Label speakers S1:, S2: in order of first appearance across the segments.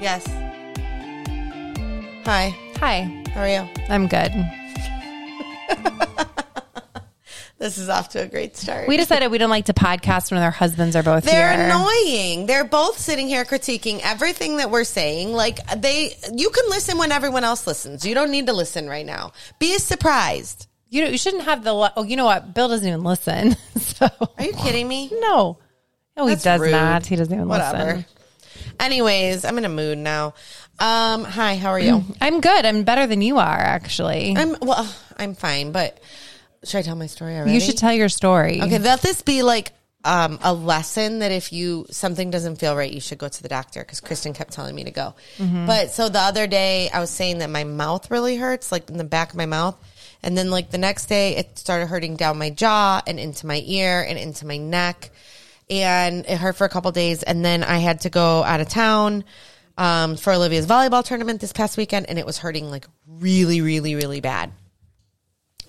S1: Yes. Hi.
S2: Hi,
S1: How are you?
S2: I'm good.
S1: This is off to a great start.
S2: We decided we don't like to podcast when their husbands are both
S1: They're
S2: here.
S1: annoying. They're both sitting here critiquing everything that we're saying. Like they you can listen when everyone else listens. You don't need to listen right now. Be surprised.
S2: You know, you shouldn't have the. li- Oh, you know what? Bill doesn't even listen. So
S1: Are you kidding me?
S2: no, no, he
S1: That's
S2: does
S1: rude.
S2: not. He doesn't even
S1: Whatever.
S2: listen.
S1: Anyways, I'm in a mood now. Um, hi, how are you?
S2: I'm good. I'm better than you are, actually.
S1: I'm well, I'm fine, but should I tell my story already?
S2: you should tell your story.
S1: Okay, let this be like um, a lesson that if you something doesn't feel right, you should go to the doctor because Kristen kept telling me to go. But so the other day, I was saying that my mouth really hurts, like in the back of my mouth, and then like the next day, it started hurting down my jaw and into my ear and into my neck, and it hurt for a couple days, and then I had to go out of town. Um, for Olivia's volleyball tournament this past weekend, and it was hurting like really, really, really bad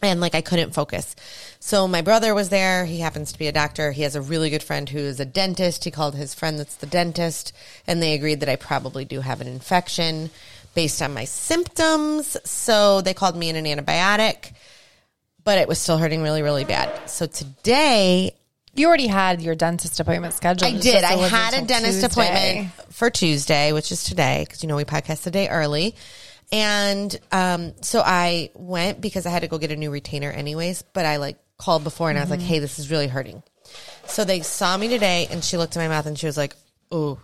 S1: and like I couldn't focus. So my brother was there. He happens to be a doctor. He has a really good friend who is a dentist. He called his friend that's the dentist, and they agreed that I probably do have an infection based on my symptoms. So they called me in an antibiotic, but it was still hurting really, really bad. So today
S2: You already had your dentist appointment scheduled.
S1: I
S2: It's
S1: did.
S2: just
S1: I
S2: it wasn't
S1: had a
S2: till
S1: dentist
S2: Tuesday.
S1: appointment for Tuesday, which is today, because you know we podcast a day early. And um, so I went because I had to go get a new retainer, anyways. But I like called before and I was
S2: Mm-hmm.
S1: like, "Hey, this is really hurting." So they saw me today, and she looked at my mouth and she was like, "Ooh,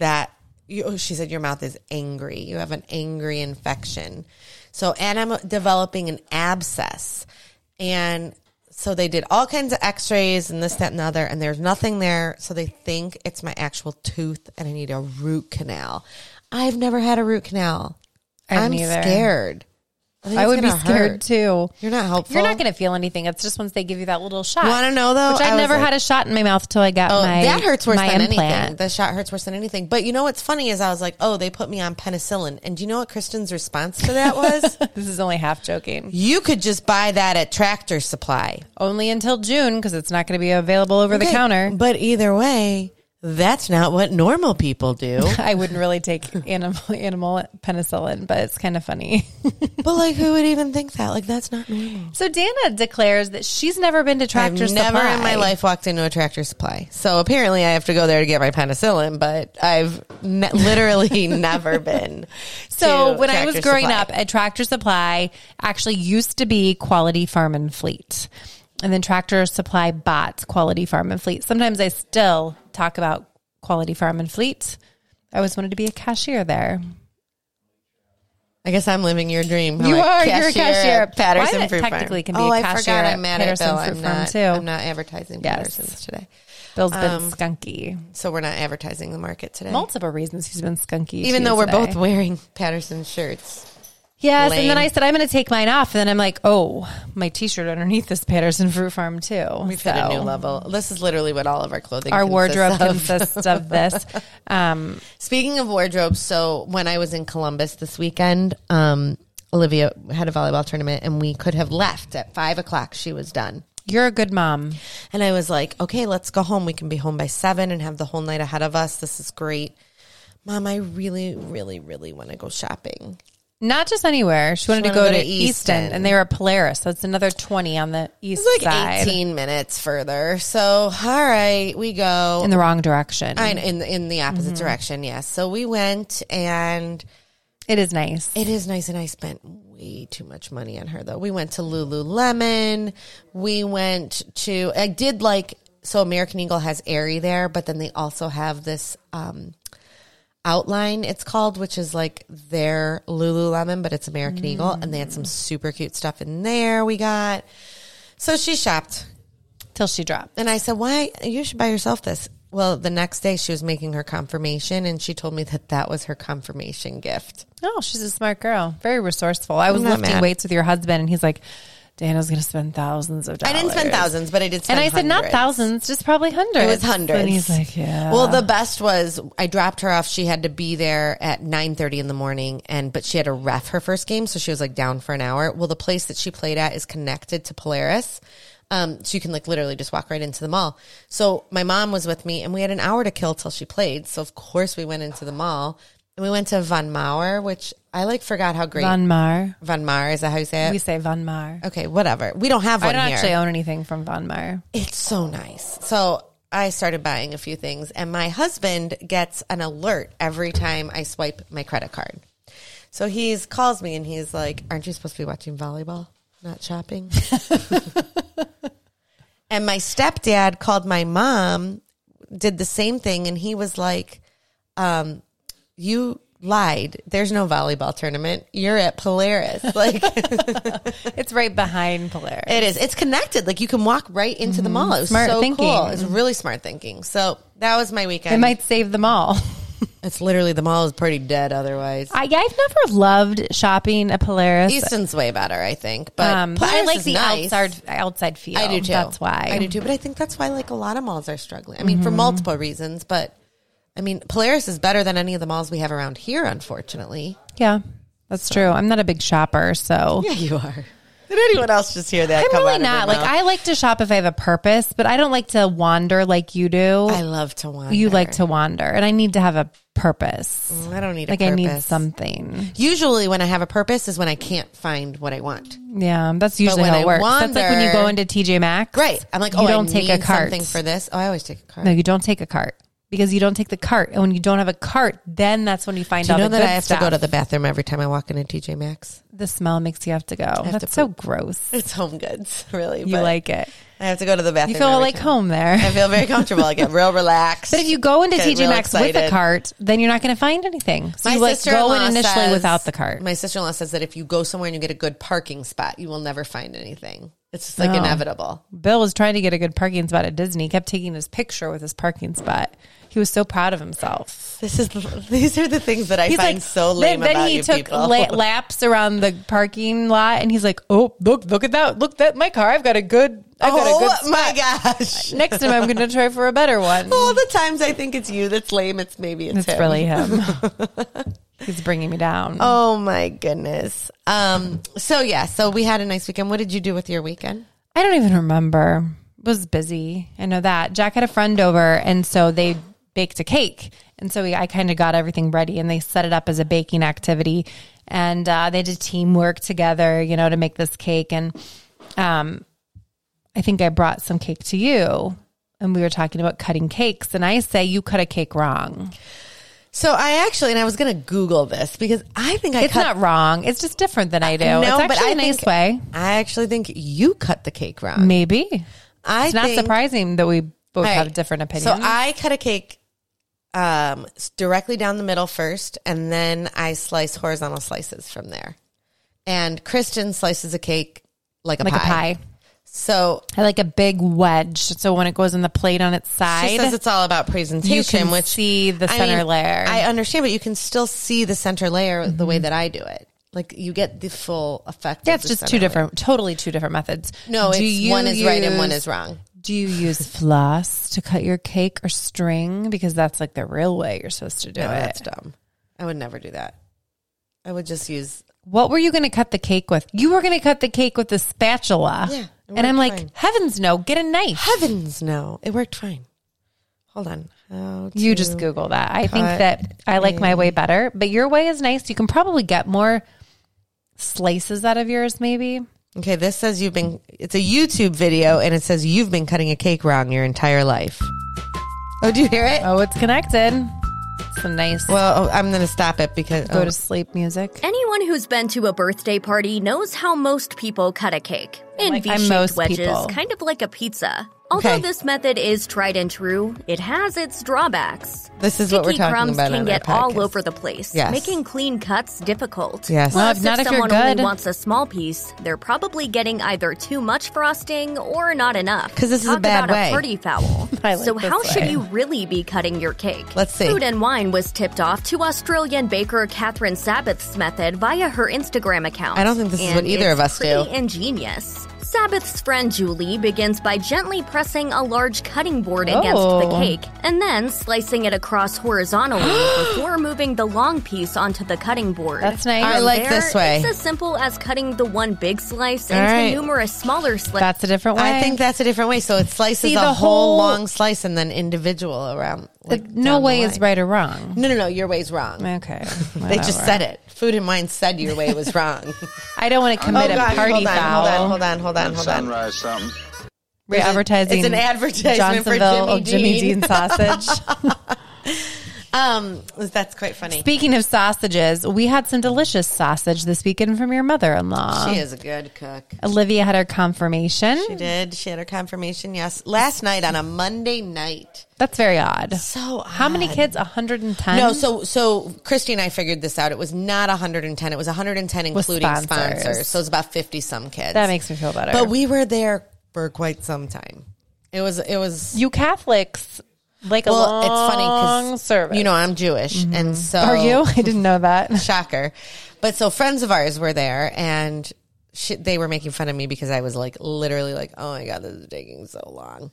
S1: that." You, oh, she said, "Your mouth is angry. You have an angry infection." So, and I'm developing an abscess, and so they did all kinds of X-rays and this, that, and the other, and there's nothing there. So they think it's my actual tooth, and I need a root canal. I've never had a root canal.
S2: I didn't
S1: I'm
S2: either.
S1: scared. think
S2: I
S1: it's
S2: would be
S1: gonna
S2: scared
S1: hurt.
S2: too.
S1: You're not helpful.
S2: You're not going to feel anything. It's just once they give you that little shot.
S1: Wanna know, though?
S2: Which
S1: I
S2: I,
S1: was
S2: never
S1: like-
S2: had a shot in my mouth till I got
S1: Oh,
S2: my
S1: that hurts worse
S2: my
S1: than
S2: implant.
S1: anything. The shot hurts worse than anything. But you know what's funny is I was like, oh, they put me on penicillin. And do you know what Kristen's response to that was?
S2: This is only half joking.
S1: you could just buy that at Tractor Supply.
S2: Only until June because it's not going to be available over the
S1: Okay,
S2: counter.
S1: But either way, that's not what normal people do.
S2: I wouldn't really take animal animal penicillin, but it's kind of funny.
S1: but like, who would even think that? Like, that's not normal.
S2: So Dana declares that she's never been to
S1: I've
S2: Tractor
S1: never
S2: Supply.
S1: in my life walked into a Tractor Supply. So apparently, I have to go there to get my penicillin. But I've ne- literally never been.
S2: So
S1: to
S2: when I was
S1: Tractor
S2: growing
S1: Supply.
S2: up, a Tractor Supply actually used to be Quality Farm and Fleet. And then Tractor Supply bought Quality Farm and Fleet. Sometimes I still talk about Quality Farm and Fleet. I always wanted to be a cashier there.
S1: I guess I'm living your dream.
S2: You
S1: I'm
S2: are, you're a cashier
S1: at
S2: at-
S1: Patterson
S2: Why
S1: Fruit Farm.
S2: technically can be
S1: oh,
S2: a
S1: I
S2: cashier
S1: forgot
S2: at
S1: I'm mad
S2: Patterson
S1: at Bill.
S2: Fruit
S1: I'm
S2: Farm,
S1: not,
S2: too.
S1: I'm not advertising
S2: Yes.
S1: Patterson's today,
S2: Bill's been
S1: Um,
S2: skunky.
S1: so we're not advertising the market today.
S2: Multiple reasons he's been skunky.
S1: Even though
S2: too
S1: we're
S2: today.
S1: both wearing Patterson shirts.
S2: Yes,
S1: Lame.
S2: and then I said I'm going to take mine off, and then I'm like, oh, my T-shirt underneath this Patterson Fruit Farm too.
S1: We've hit a new level. This is literally what all of our clothing.
S2: Our
S1: consists
S2: wardrobe
S1: of.
S2: consists of this. Um,
S1: Speaking of wardrobe, so when I was in Columbus this weekend, um, Olivia had a volleyball tournament, and we could have left at five o'clock. She was done.
S2: you're a good mom.
S1: And I was like, okay, let's go home. We can be home by seven and have the whole night ahead of us. This is great. Mom, I really, really, really want to go shopping.
S2: Not just anywhere. She wanted to go, to, Easton,
S1: Easton.
S2: and they were at Polaris. That's another twenty on the east
S1: It's like
S2: side
S1: 18 minutes further. So, all right, we go.
S2: in the wrong direction.
S1: I- in, in the opposite direction, yes. So we went and
S2: it is nice.
S1: It is nice, and I spent way too much money on her though. We went to Lululemon. We went to. I did like so American Eagle has Aerie there, but then they also have this um, outline. It's called, which is like their Lululemon, but it's American Eagle, and they had some super cute stuff in there. We got. So she shopped.
S2: Till she dropped.
S1: And I said, "Why you should buy yourself this?" Well, the next day she was making her confirmation, and she told me that that was her confirmation gift.
S2: Oh, she's a smart girl. Very resourceful. I was
S1: I'm not
S2: lifting
S1: mad.
S2: weights with your husband, and he's like, "Dana's going to spend thousands
S1: I
S2: of dollars."
S1: didn't spend thousands, but I did. Spend
S2: And I said, "Not
S1: hundreds.
S2: thousands, just probably hundreds.
S1: It was hundreds.
S2: And he's like, "Yeah."
S1: Well, the best was I dropped her off. She had to be there at nine thirty in the morning, and but she had to ref her first game, so she was like down for an hour. Well, the place that she played at is connected to Polaris. Um, so you can like literally just walk right into the mall. So my mom was with me, and we had an hour to kill till she played. So of course we went into the mall. And And we went to Von Mauer, which I like forgot how great Von,
S2: Von Mar.
S1: Mauer is. That how you say it?
S2: We say Von Mar.
S1: okay, whatever. We don't have one
S2: I don't
S1: here.
S2: actually own anything from Von Mar.
S1: It's so nice. So I started buying a few things, and my husband gets an alert every time I swipe my credit card. So he's calls me and he's like, "Aren't you supposed to be watching volleyball, not shopping?" and my stepdad called my mom, did the same thing, and he was like, um, "You lied. There's no volleyball tournament. You're at Polaris." Like.
S2: It's right behind Polaris.
S1: It is. It's connected. Like you can walk right into the mall. It was
S2: Mm-hmm. Smart
S1: so
S2: thinking.
S1: cool. It's really smart thinking. So that was my weekend.
S2: It might save them all.
S1: it's literally the mall is pretty dead otherwise.
S2: I, I've never loved shopping at Polaris.
S1: Easton's way better, I think. But,
S2: Um, but I
S1: Polaris
S2: like
S1: is
S2: the
S1: nice.
S2: outside outside feel.
S1: I do too.
S2: That's why. Mm-hmm.
S1: I do too. But I think that's why like a lot of malls are struggling. I mean, for multiple reasons. But I mean, Polaris is better than any of the malls we have around here. Unfortunately,
S2: Yeah, that's true. I'm not a big shopper, so
S1: yeah, you are. Did anyone else just hear that?
S2: I'm
S1: come out
S2: really
S1: of your
S2: not. Like
S1: mouth?
S2: I like to shop if I have a purpose, but I don't like to wander like you do.
S1: I love to wander.
S2: you like to wander, and I need to have a purpose.
S1: I don't need a
S2: Like I
S1: purpose.
S2: need something.
S1: Usually, when I have a purpose, is when I can't find what I want.
S2: Yeah, that's usually
S1: when
S2: how
S1: I
S2: it works. that's like when you go
S1: wander-
S2: into TJ Maxx.
S1: Right. I'm like,
S2: You
S1: oh,
S2: don't
S1: I
S2: take
S1: need
S2: a cart.
S1: something for this. Oh, I always take a cart.
S2: No, you don't take a cart because you don't take the cart, and when you don't have a cart, then that's when you find
S1: Do you
S2: out
S1: know
S2: the
S1: that I
S2: good
S1: have
S2: stuff.
S1: to go to the bathroom every time I walk into TJ Maxx?
S2: the smell makes you have to go.
S1: to
S2: that's so gross.
S1: It's home goods, really.
S2: You like it.
S1: I have to go to the bathroom.
S2: You feel
S1: every
S2: like
S1: time.
S2: home there.
S1: I feel very comfortable. I get real relaxed.
S2: But if you go into
S1: Get
S2: TJ
S1: real
S2: Maxx with a
S1: excited.
S2: cart, then you're not going to find anything. So you like go in
S1: sister-in-law
S2: initially
S1: says-
S2: without the cart.
S1: My sister in law says that if you go somewhere and you get a good parking spot, you will never find anything. It's just like
S2: No.
S1: inevitable.
S2: Bill was trying to get a good parking spot at Disney. He kept taking his picture with his parking spot. He was so proud of himself.
S1: This is these are the things that I
S2: He's
S1: find
S2: like
S1: so lame
S2: Then, then
S1: about
S2: he
S1: you
S2: took
S1: people.
S2: la- laps around the parking lot, and he's like, "Oh, look, look at that! Look that my car. I've got a good. I've got a good.
S1: oh
S2: spot.
S1: my gosh!
S2: Next time, I'm going to try for a better one.
S1: All the times I think it's you that's lame. It's maybe it's,
S2: It's
S1: him.
S2: really him. he's bringing me down.
S1: Oh my goodness. Um so yeah, so we had a nice weekend. What did you do with your weekend?
S2: I don't even remember. It was busy. I know that. Jack had a friend over and so they baked a cake. And so we, I kind of got everything ready and they set it up as a baking activity. And uh, they did teamwork together, you know, to make this cake. And um, I think I brought some cake to you and we were talking about cutting cakes. And I say you cut a cake wrong.
S1: So I actually and I was going to google this because I think I
S2: It's
S1: cut
S2: not wrong. It's just different than I do. it's actually a nice
S1: think,
S2: way.
S1: I actually think you cut the cake wrong.
S2: Maybe. It's
S1: I
S2: not
S1: think,
S2: surprising that we both
S1: All right.
S2: have different opinions.
S1: So I cut a cake um s- directly down the middle first and then I slice horizontal slices from there. And Kristen slices a cake like a
S2: like
S1: pie.
S2: a pie.
S1: So
S2: I like a big wedge. So when it goes in the plate on its side,
S1: she says it's all about presentation,
S2: you can
S1: which
S2: see the center layer.
S1: I understand, but you can still see the center layer the way that I do it. Like you get the full effect.
S2: Mm-hmm. yeah,
S1: of
S2: it's
S1: the
S2: just
S1: center
S2: two
S1: layer.
S2: different, totally two different methods.
S1: No, it's
S2: Do you
S1: one is right and one
S2: use-
S1: is wrong.
S2: Do you use floss to cut your cake or string? Because that's like the real way you're supposed to do
S1: No,
S2: it.
S1: that's dumb. I would never do that. I would just use.
S2: What were you going to cut the cake with? You were going to cut the cake with a spatula.
S1: Yeah, it
S2: and I'm
S1: worked
S2: like,
S1: fine.
S2: heavens no, get a knife.
S1: Heavens, no! It worked fine. Hold on. How to,
S2: You just Google that. I think
S1: cut
S2: that I like my way better, but your way is nice. You can probably get more slices out of yours, maybe.
S1: Okay, this says you've been. It's a YouTube video, and it says you've been cutting a cake wrong your entire life. Oh, do you hear it?
S2: Oh, it's connected. Some nice
S1: Well, oh, I'm going to stop it because
S2: go
S1: oh,
S2: to sleep music.
S3: Anyone who's been to a birthday party knows how most people cut a cake in
S2: Like, I'm most
S3: V-shaped wedges,
S2: people.
S3: kind of like a pizza. Although
S1: Okay.
S3: this method is tried and true, it has its drawbacks.
S1: This is what we're
S3: Sticky
S1: talking
S3: crumbs
S1: about
S3: can
S1: on
S3: get
S1: our
S3: all
S1: podcast.
S3: over the place,
S1: Yes.
S3: making clean cuts difficult.
S1: Yes. Well,
S3: Plus,
S2: if not if you're
S3: someone
S2: good.
S3: only wants a small piece, they're probably getting either too much frosting or not enough.
S1: 'Cause this is a
S3: Talk
S1: bad
S3: about
S1: way.
S3: a party foul.
S2: I like
S3: so
S2: this
S3: how should
S2: way.
S3: you really be cutting your cake?
S1: Let's see.
S3: Food and Wine was tipped off to Australian baker Catherine Sabbath's method via her Instagram account.
S1: I don't think this is
S3: And
S1: what either of
S3: it's
S1: us do.
S3: pretty ingenious. Sabbath's friend Julie begins by gently pressing a large cutting board against
S2: Oh.
S3: the cake and then slicing it across horizontally before moving the long piece onto the cutting board.
S2: That's nice. I
S3: From
S1: like this way.
S3: It's as simple as cutting the one big slice
S1: All
S3: into
S1: right.
S3: numerous smaller slices.
S2: That's a different way.
S1: I think that's a different way. So it slices
S2: See,
S1: a
S2: the
S1: whole
S2: whole-
S1: long slice and then individual around like,
S2: no
S1: down the
S2: way is
S1: line.
S2: right or wrong.
S1: No, no, no. Your way's wrong.
S2: Okay.
S1: They just said it. Food and wine said your way was wrong.
S2: I don't want to commit a party
S1: Oh, hold on,
S2: foul.
S1: hold on, hold on, hold on, hold on.
S4: Sunrise something.
S2: We're advertising.
S1: it's an advertisement for
S2: Johnsonville
S1: Jimmy
S2: of Jimmy
S1: Dean.
S2: Dean sausage.
S1: Um, that's quite funny.
S2: Speaking of sausages, we had some delicious sausage this weekend from your mother-in-law.
S1: She is a good cook.
S2: Olivia had her confirmation.
S1: She did. She had her confirmation. Yes, last night on a Monday night.
S2: That's very odd.
S1: So
S2: How many kids? 110?
S1: No, so so Christy and I figured this out. It was not 110. It was 110
S2: With
S1: including
S2: sponsors.
S1: sponsors. So it's about 50 some kids.
S2: That makes me feel better.
S1: But we were there for quite some time. It was it was
S2: you Catholics like a
S1: well.
S2: long
S1: It's funny because
S2: service. Mm-hmm.
S1: you know I'm Jewish, and so
S2: Are you? I didn't know that.
S1: shocker. But so friends of ours were there, and she, they were making fun of me because I was like literally like, oh my god, this is taking so long.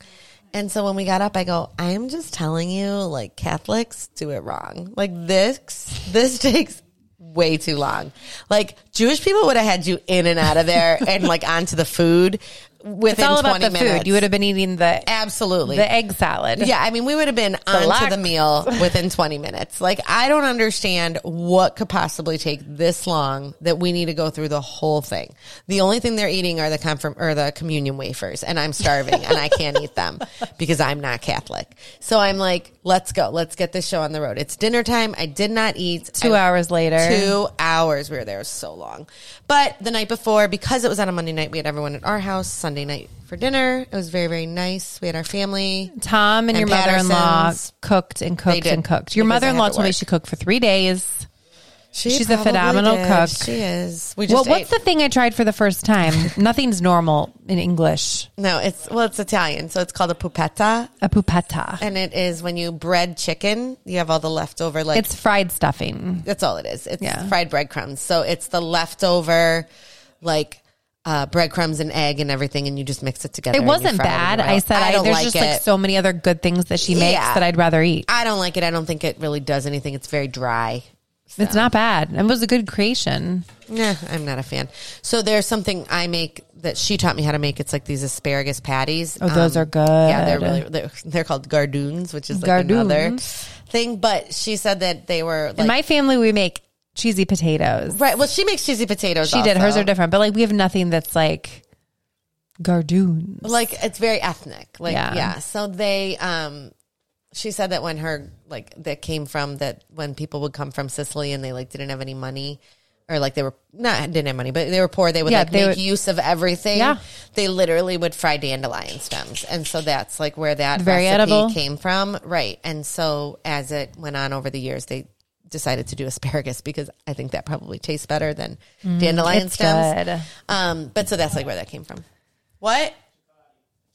S1: And so when we got up, I go, I am just telling you, like Catholics do it wrong. Like this, this takes way too long. Like Jewish people would have had you in and out of there and like onto the food
S2: It's
S1: within
S2: all about
S1: twenty
S2: the
S1: minutes.
S2: food. You would have been eating the
S1: absolutely
S2: the egg salad.
S1: yeah, I mean, we would have been onto
S2: Deluxe.
S1: the meal within 20 minutes. Like, I don't understand what could possibly take this long that we need to go through the whole thing. The only thing they're eating are the confirm or the communion wafers, and I'm starving and I can't eat them because I'm not Catholic. So I'm like, let's go, let's get this show on the road. It's dinner time. I did not eat.
S2: Two
S1: I-
S2: hours later.
S1: Two hours. We were there so long. But the night before, because it was on a Monday night, we had everyone at our house Sunday night for dinner. It was very, very nice. We had our family.
S2: Tom
S1: And
S2: and, your mother-in-law
S1: Patterson's.
S2: cooked and cooked
S1: did,
S2: and cooked. Your
S1: because I had
S2: mother-in-law
S1: to
S2: told me
S1: work.
S2: she cooked for three days.
S1: She
S2: She's a
S1: probably
S2: phenomenal
S1: did.
S2: cook.
S1: She is. We
S2: Well,
S1: just
S2: what's
S1: what's
S2: the thing I tried for the first time? Nothing's normal in English.
S1: no? It's well, it's Italian, so it's called a pupetta,
S2: A pupetta.
S1: and it is when you bread chicken. You have all the leftover like
S2: It's fried stuffing.
S1: that's all it is. It's
S2: Yeah.
S1: fried breadcrumbs. So it's the leftover like uh, breadcrumbs and egg and everything, and you just mix it together.
S2: It
S1: and you
S2: wasn't
S1: fry in
S2: bad.
S1: oil.
S2: I said I,
S1: don't
S2: there's
S1: like
S2: just
S1: it.
S2: like so many other good things that she makes
S1: Yeah.
S2: that I'd rather eat.
S1: I don't like it. I don't think it really does anything. It's very dry.
S2: It's not bad. It was a good creation.
S1: Nah, I'm not a fan. So there's something I make that she taught me how to make. It's like these asparagus patties. Um,
S2: Oh, those are good.
S1: Yeah, they're really they're, they're called gardoons, which is like another
S2: Gardoons.
S1: thing. But she said that they were
S2: In
S1: like
S2: my family, we make cheesy potatoes.
S1: right. Well, she makes cheesy potatoes.
S2: She did. Hers
S1: also.
S2: are different, but like we have nothing that's like gardoons.
S1: Like it's very ethnic. Like
S2: Yeah.
S1: yeah. So they um. She said that when her like that came from that when people would come from Sicily and they like didn't have any money or like they were not didn't have money but they were poor they would
S2: Yeah,
S1: like
S2: they
S1: make
S2: would-
S1: use of everything
S2: Yeah.
S1: they literally would fry dandelion stems and so that's like where that
S2: Very
S1: recipe
S2: edible.
S1: came from right and so as it went on over the years they decided to do asparagus because I think that probably tastes better than dandelion
S2: Mm, it's
S1: stems
S2: good.
S1: um but so that's like where that came from what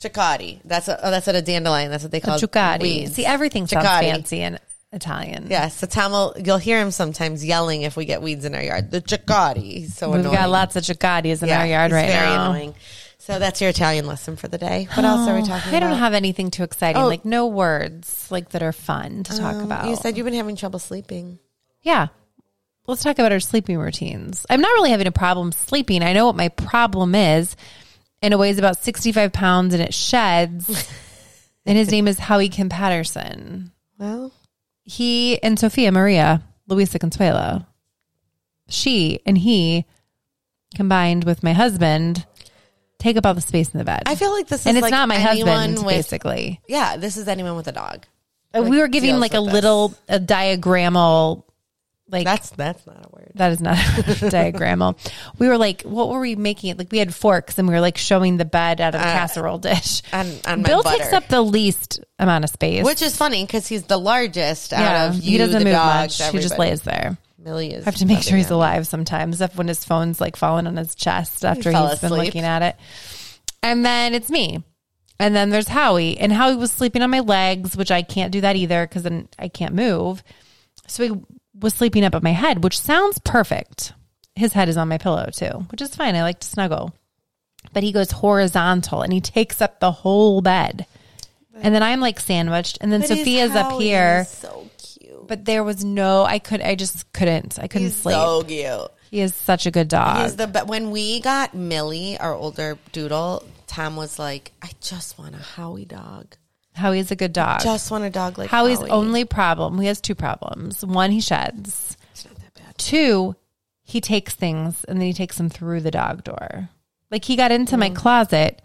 S1: Chicotti. That's a, oh, that's what a dandelion. That's what they call
S2: Ciucati.
S1: weeds.
S2: See, everything sounds
S1: Cicotti.
S2: fancy and Italian.
S1: Yeah, so Tom will, you'll hear him sometimes yelling if we get weeds in our yard. The Chicotti. He's so
S2: We've
S1: annoying.
S2: got lots of cicadas in
S1: Yeah,
S2: our yard
S1: he's
S2: right
S1: very
S2: now. Oh,
S1: annoying. So that's your Italian lesson for the day. What else are we talking about?
S2: I don't have anything too exciting.
S1: Oh.
S2: Like no words like that are fun to talk about.
S1: You said you've been having trouble sleeping.
S2: yeah. Let's talk about our sleeping routines. I'm not really having a problem sleeping. I know what my problem is, and it weighs about 65 pounds and it sheds. and his name is Howie Kim Patterson.
S1: Well,
S2: He and Sophia Maria Luisa Consuelo. She and he, combined with my husband, take up all the space in the bed.
S1: I feel like this is
S2: and it's
S1: like
S2: not my
S1: anyone
S2: husband,
S1: with,
S2: basically.
S1: Yeah, this is anyone with a dog.
S2: Uh, we were giving
S1: deals
S2: like a
S1: with this.
S2: little a diagrammal like
S1: That's that's not a word.
S2: that is not diagrammal we were like what were we making it like we had forks and we were like showing the bed out of a casserole dish
S1: on- on Uh, my
S2: bill
S1: butter.
S2: takes up the least amount of space
S1: Which is funny because he's the largest
S2: yeah
S1: out of you,
S2: he doesn't
S1: the
S2: move
S1: dogs,
S2: much he just
S1: everybody.
S2: lays there
S1: Millie is
S2: I have to make sure
S1: loving
S2: he's
S1: it.
S2: alive sometimes. If when his phone's like falling on his chest after
S1: fell
S2: he's been
S1: asleep.
S2: looking at it, and then it's me, and then there's Howie, and Howie was sleeping on my legs, which I can't do that either because then I can't move. So he was sleeping up at my head, which sounds perfect. His head is on my pillow too, which is fine. I like to snuggle, but he goes horizontal and he takes up the whole bed, and then I'm like sandwiched, and then
S1: But he's
S2: Sophia's up
S1: Howie.
S2: here.
S1: He's so cute.
S2: But there was no, I could, I just couldn't, I couldn't
S1: He's
S2: sleep.
S1: so cute.
S2: He is such a good dog.
S1: He's the be- when we got Millie, our older doodle, Tom was like, "I just want a Howie dog."
S2: Howie's a good dog.
S1: Just want a dog like
S2: Howie's
S1: Howie.
S2: only problem, he has two problems. One, he sheds.
S1: It's not that bad.
S2: Two, he takes things and then he takes them through the dog door. Like he got into
S1: Mm-hmm.
S2: my closet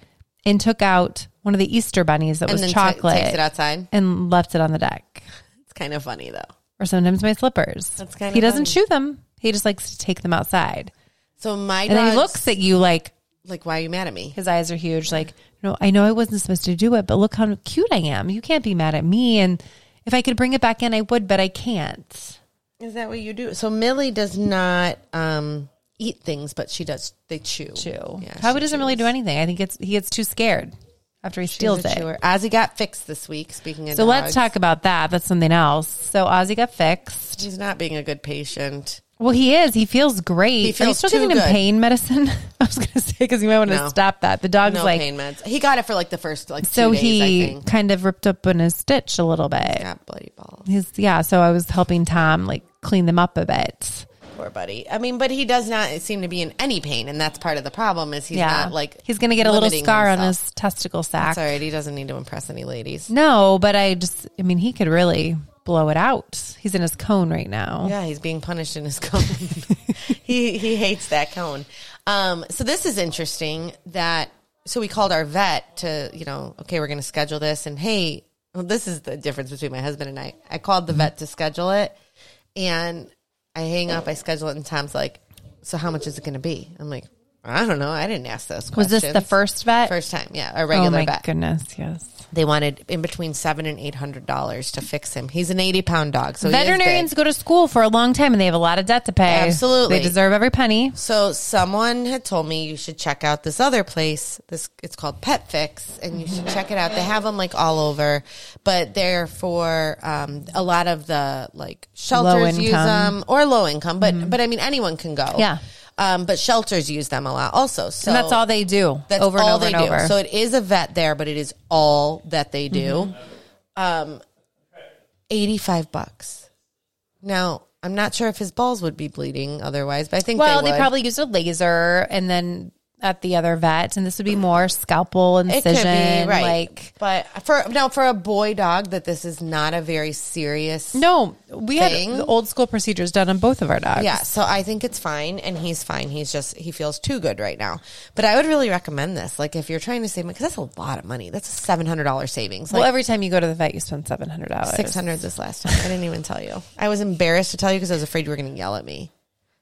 S2: and took out one of the Easter bunnies that
S1: And
S2: was
S1: then ta-
S2: chocolate
S1: takes it outside.
S2: and left it on the deck.
S1: It's kind of funny though.
S2: Or sometimes my slippers.
S1: That's kinda
S2: he doesn't
S1: funny.
S2: chew them. He just likes to take them outside.
S1: So my
S2: And then
S1: dog
S2: he looks at you like
S1: like, why are you mad at me?
S2: his eyes are huge, like, no, I know I wasn't supposed to do it, but look how cute I am. You can't be mad at me. And if I could bring it back in, I would, but I can't.
S1: Is that what you do? So Millie does not um, eat things, but she does. They chew.
S2: Chew.
S1: Yeah,
S2: Howie
S1: she
S2: doesn't really do anything. I think it's he gets too scared after he steals it.
S1: chewer. Ozzy got fixed this week. Speaking of,
S2: So let's
S1: dogs.
S2: talk about that. That's something else. So Ozzy got fixed.
S1: He's not being a good patient.
S2: Well, he is. He feels great.
S1: He
S2: Are you
S1: feels
S2: still
S1: too
S2: giving him
S1: good.
S2: pain medicine? I was going to say because you might want to
S1: No.
S2: stop that. The dog's
S1: No
S2: like
S1: pain meds. He got it for like the first like.
S2: so
S1: two days, I
S2: he
S1: think.
S2: kind of ripped up on his stitch a little bit.
S1: got bloody balls.
S2: He's yeah. So I was helping Tom like clean them up a bit.
S1: Poor buddy. I mean, but he does not seem to be in any pain, and that's part of the problem. Is he's
S2: yeah,
S1: not like
S2: he's going to get a little
S1: limiting
S2: scar on
S1: himself.
S2: his testicle sac.
S1: It's all right. He doesn't need to impress any ladies.
S2: No, but I just I mean he could really blow it out. He's in his cone right now.
S1: Yeah, he's being punished in his cone. he he hates that cone. Um, so this is interesting that so we called our vet to you know okay we're going to schedule this and hey well, this is the difference between my husband and I. I called the vet to schedule it and I hang up. I schedule it and Tom's like, so how much is it going to be? I'm like, I don't know. I didn't ask those.
S2: Was
S1: Questions.
S2: this the first vet?
S1: First time, yeah, a
S2: oh
S1: regular
S2: my
S1: vet.
S2: goodness, yes.
S1: They wanted in between seven and eight hundred dollars to fix him. He's an eighty pound dog, so he is big.
S2: Veterinarians go to school for a long time and they have a lot of debt to pay.
S1: Absolutely.
S2: They deserve every penny.
S1: So someone had told me you should check out this other place. This it's called Pet Fix, and you should check it out. They have them like all over, but they're for um, a lot of the like shelters use
S2: income.
S1: them or low income. But but I mean anyone can go.
S2: Mm-hmm. Yeah.
S1: Um, but shelters use them a lot also. So
S2: and that's all they do.
S1: that's
S2: over
S1: all
S2: and over
S1: they
S2: and
S1: do.
S2: over.
S1: So it is a vet there, but it is all that they do. Um,
S2: Mm-hmm.
S1: eighty-five bucks. Now I'm not sure if his balls would be bleeding otherwise, but I think
S2: well,
S1: they,
S2: they,
S1: would.
S2: probably used a laser and then at the other vet, and this would be more scalpel incision. Like
S1: but for now, for a boy dog, that this is not a very serious.
S2: no, we
S1: Thing.
S2: had old school procedures done on both of our dogs.
S1: Yeah, so I think it's fine, and he's fine. He's just he feels too good right now. But I would really recommend this, like if you're trying to save money, because that's a lot of money. That's a seven hundred dollars savings. Like,
S2: well, every time you go to the vet, you spend seven hundred dollars.
S1: Six hundred this last time. I didn't even tell you. I was embarrassed to tell you because I was afraid you were going to yell at me.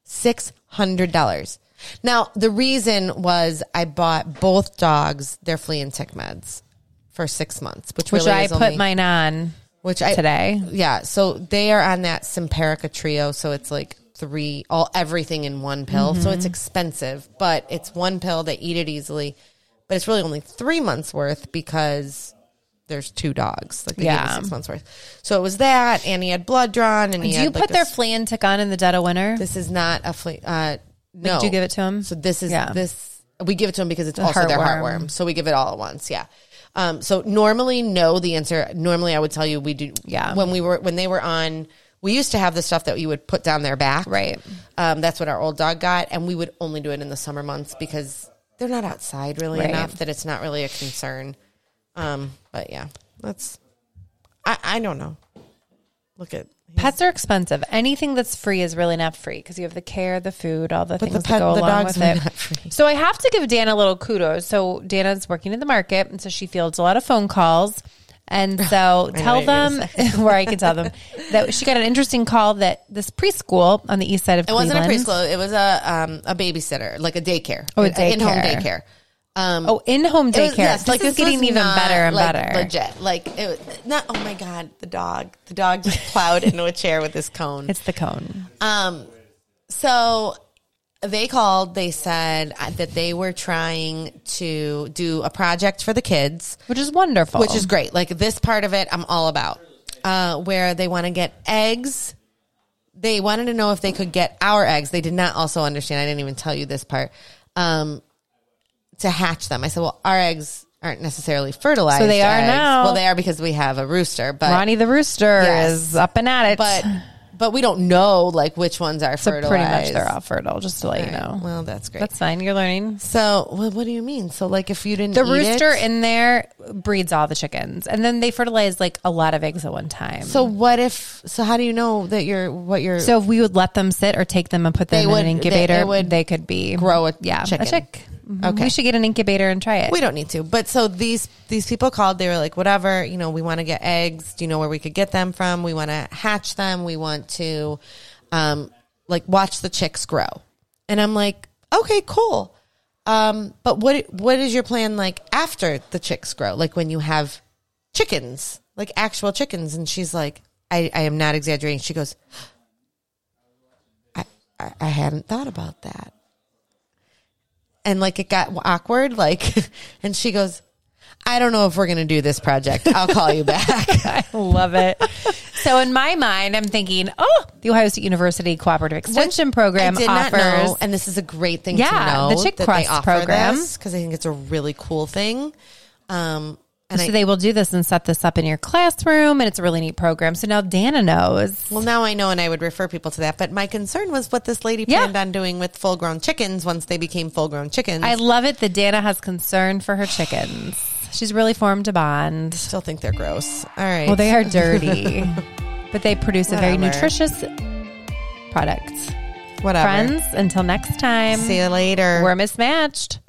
S1: Six hundred dollars. Now the reason was I bought both dogs their flea and tick meds for six months, which,
S2: which
S1: really
S2: I
S1: is
S2: put
S1: only-
S2: mine on
S1: which I
S2: today.
S1: yeah. So they are on that Simparica trio. So it's like three, all everything in one pill. So
S2: Mm-hmm.
S1: it's expensive, but it's one pill. They eat it easily, but it's really only three months worth because there's two dogs. Like they yeah.
S2: Yeah.
S1: six months worth. So it was that, and he had blood drawn, and he
S2: Do
S1: had,
S2: you
S1: like,
S2: put their
S1: this-
S2: flea and tick on in the dead of winter?
S1: This is not a flea. Uh, no,
S2: do you give it to him?
S1: So this is
S2: Yeah.
S1: this. We give it to him because it's also their
S2: heartworm.
S1: heartworm. So we give it all at once. Yeah. Um, so normally, no. The answer normally I would tell you we do.
S2: Yeah.
S1: When we were when they were on, we used to have the stuff that you would put down their back.
S2: Right.
S1: Um, that's what our old dog got, and we would only do it in the summer months because they're not outside really
S2: Right.
S1: enough that it's not really a concern. Um, but yeah, that's. I I don't know. Look at
S2: Pets are expensive. Anything that's free is really not free because you have the care, the food, all the
S1: But the
S2: things
S1: pet-
S2: that go
S1: the
S2: along
S1: dogs
S2: with
S1: are
S2: it.
S1: not free.
S2: So I have to give Dana a little kudos. So Dana's working in the market, and so she fields a lot of phone calls. And so tell
S1: what you're
S2: them where I can tell them that she got an interesting call that this preschool on the east side of
S1: It
S2: Cleveland.
S1: wasn't a preschool. It was a um, a babysitter, like a daycare.
S2: Oh, a
S1: In home
S2: daycare.
S1: daycare. Um,
S2: Oh, in-home
S1: it
S2: daycare.
S1: was- yes,
S2: this is getting
S1: was
S2: even
S1: not,
S2: better and
S1: like,
S2: better.
S1: Legit. Like it was not. Oh my god, the dog. The dog just plowed into a chair with his cone.
S2: It's the cone.
S1: Um, so they called. They said uh, that they were trying to do a project for the kids.
S2: which is wonderful.
S1: Which is great. Like this part of it, I'm all about. Uh, where they want to get eggs. They wanted to know if they could get our eggs. They did not also understand. I didn't even tell you this part. Um, to hatch them. I said, well, our eggs aren't necessarily fertilized.
S2: So they are
S1: eggs.
S2: now.
S1: Well, they are because we have a rooster, but
S2: Ronnie the Rooster
S1: Yes.
S2: is up and at it,
S1: but but we don't know like which ones are
S2: so
S1: fertilized.
S2: pretty much they're all fertile. Just to let you
S1: Right.
S2: know,
S1: Well, that's great.
S2: that's fine. You're learning.
S1: so, well, what do you mean? So, like, if you didn't
S2: The
S1: eat
S2: rooster
S1: it,
S2: in there breeds all the chickens, and then they fertilize like a lot of eggs at one time.
S1: So what if? So how do you know that you're what you're?
S2: So if we would let them sit or take them and put them
S1: They
S2: in
S1: would-
S2: an
S1: they-
S2: incubator,
S1: they
S2: they,
S1: would
S2: could be
S1: grow a
S2: yeah
S1: chicken.
S2: a chick. Mhm.
S1: Okay.
S2: we should get an incubator and try it.
S1: we don't need to. But so these these people called. They were like, whatever, you know, we want to get eggs. Do you know where we could get them from? We want to hatch them. We want to, um, like watch the chicks grow. And I'm like, okay, cool. Um, but what what is your plan like after the chicks grow? Like when you have chickens, like actual chickens? And she's like, I, I am not exaggerating. She goes, I, I I hadn't thought about that and like it got awkward like and she goes i don't know if we're gonna do this project i'll call you back
S2: Love it. so in my mind, I'm thinking, oh, the Ohio State University Cooperative Extension Program
S1: I did
S2: offers.
S1: not know, and this is a great thing
S2: Yeah,
S1: to know
S2: the Chick
S1: that
S2: Cross
S1: they offer
S2: program.
S1: because i think it's a really cool thing um and
S2: so
S1: I,
S2: they will do this and set this up in your classroom, and it's a really neat program. So now Dana knows.
S1: well now i know and i would refer people to that but my concern was what this lady
S2: Yeah.
S1: planned on doing with full grown chickens once they became full grown chickens
S2: I
S1: i
S2: love it that Dana has concern for her chickens. She's really formed a bond.
S1: still think they're gross all right
S2: Well, they are dirty, but they produce a very
S1: Whatever.
S2: nutritious product.
S1: whatever
S2: Friends, until next time,
S1: see you later
S2: we're mismatched.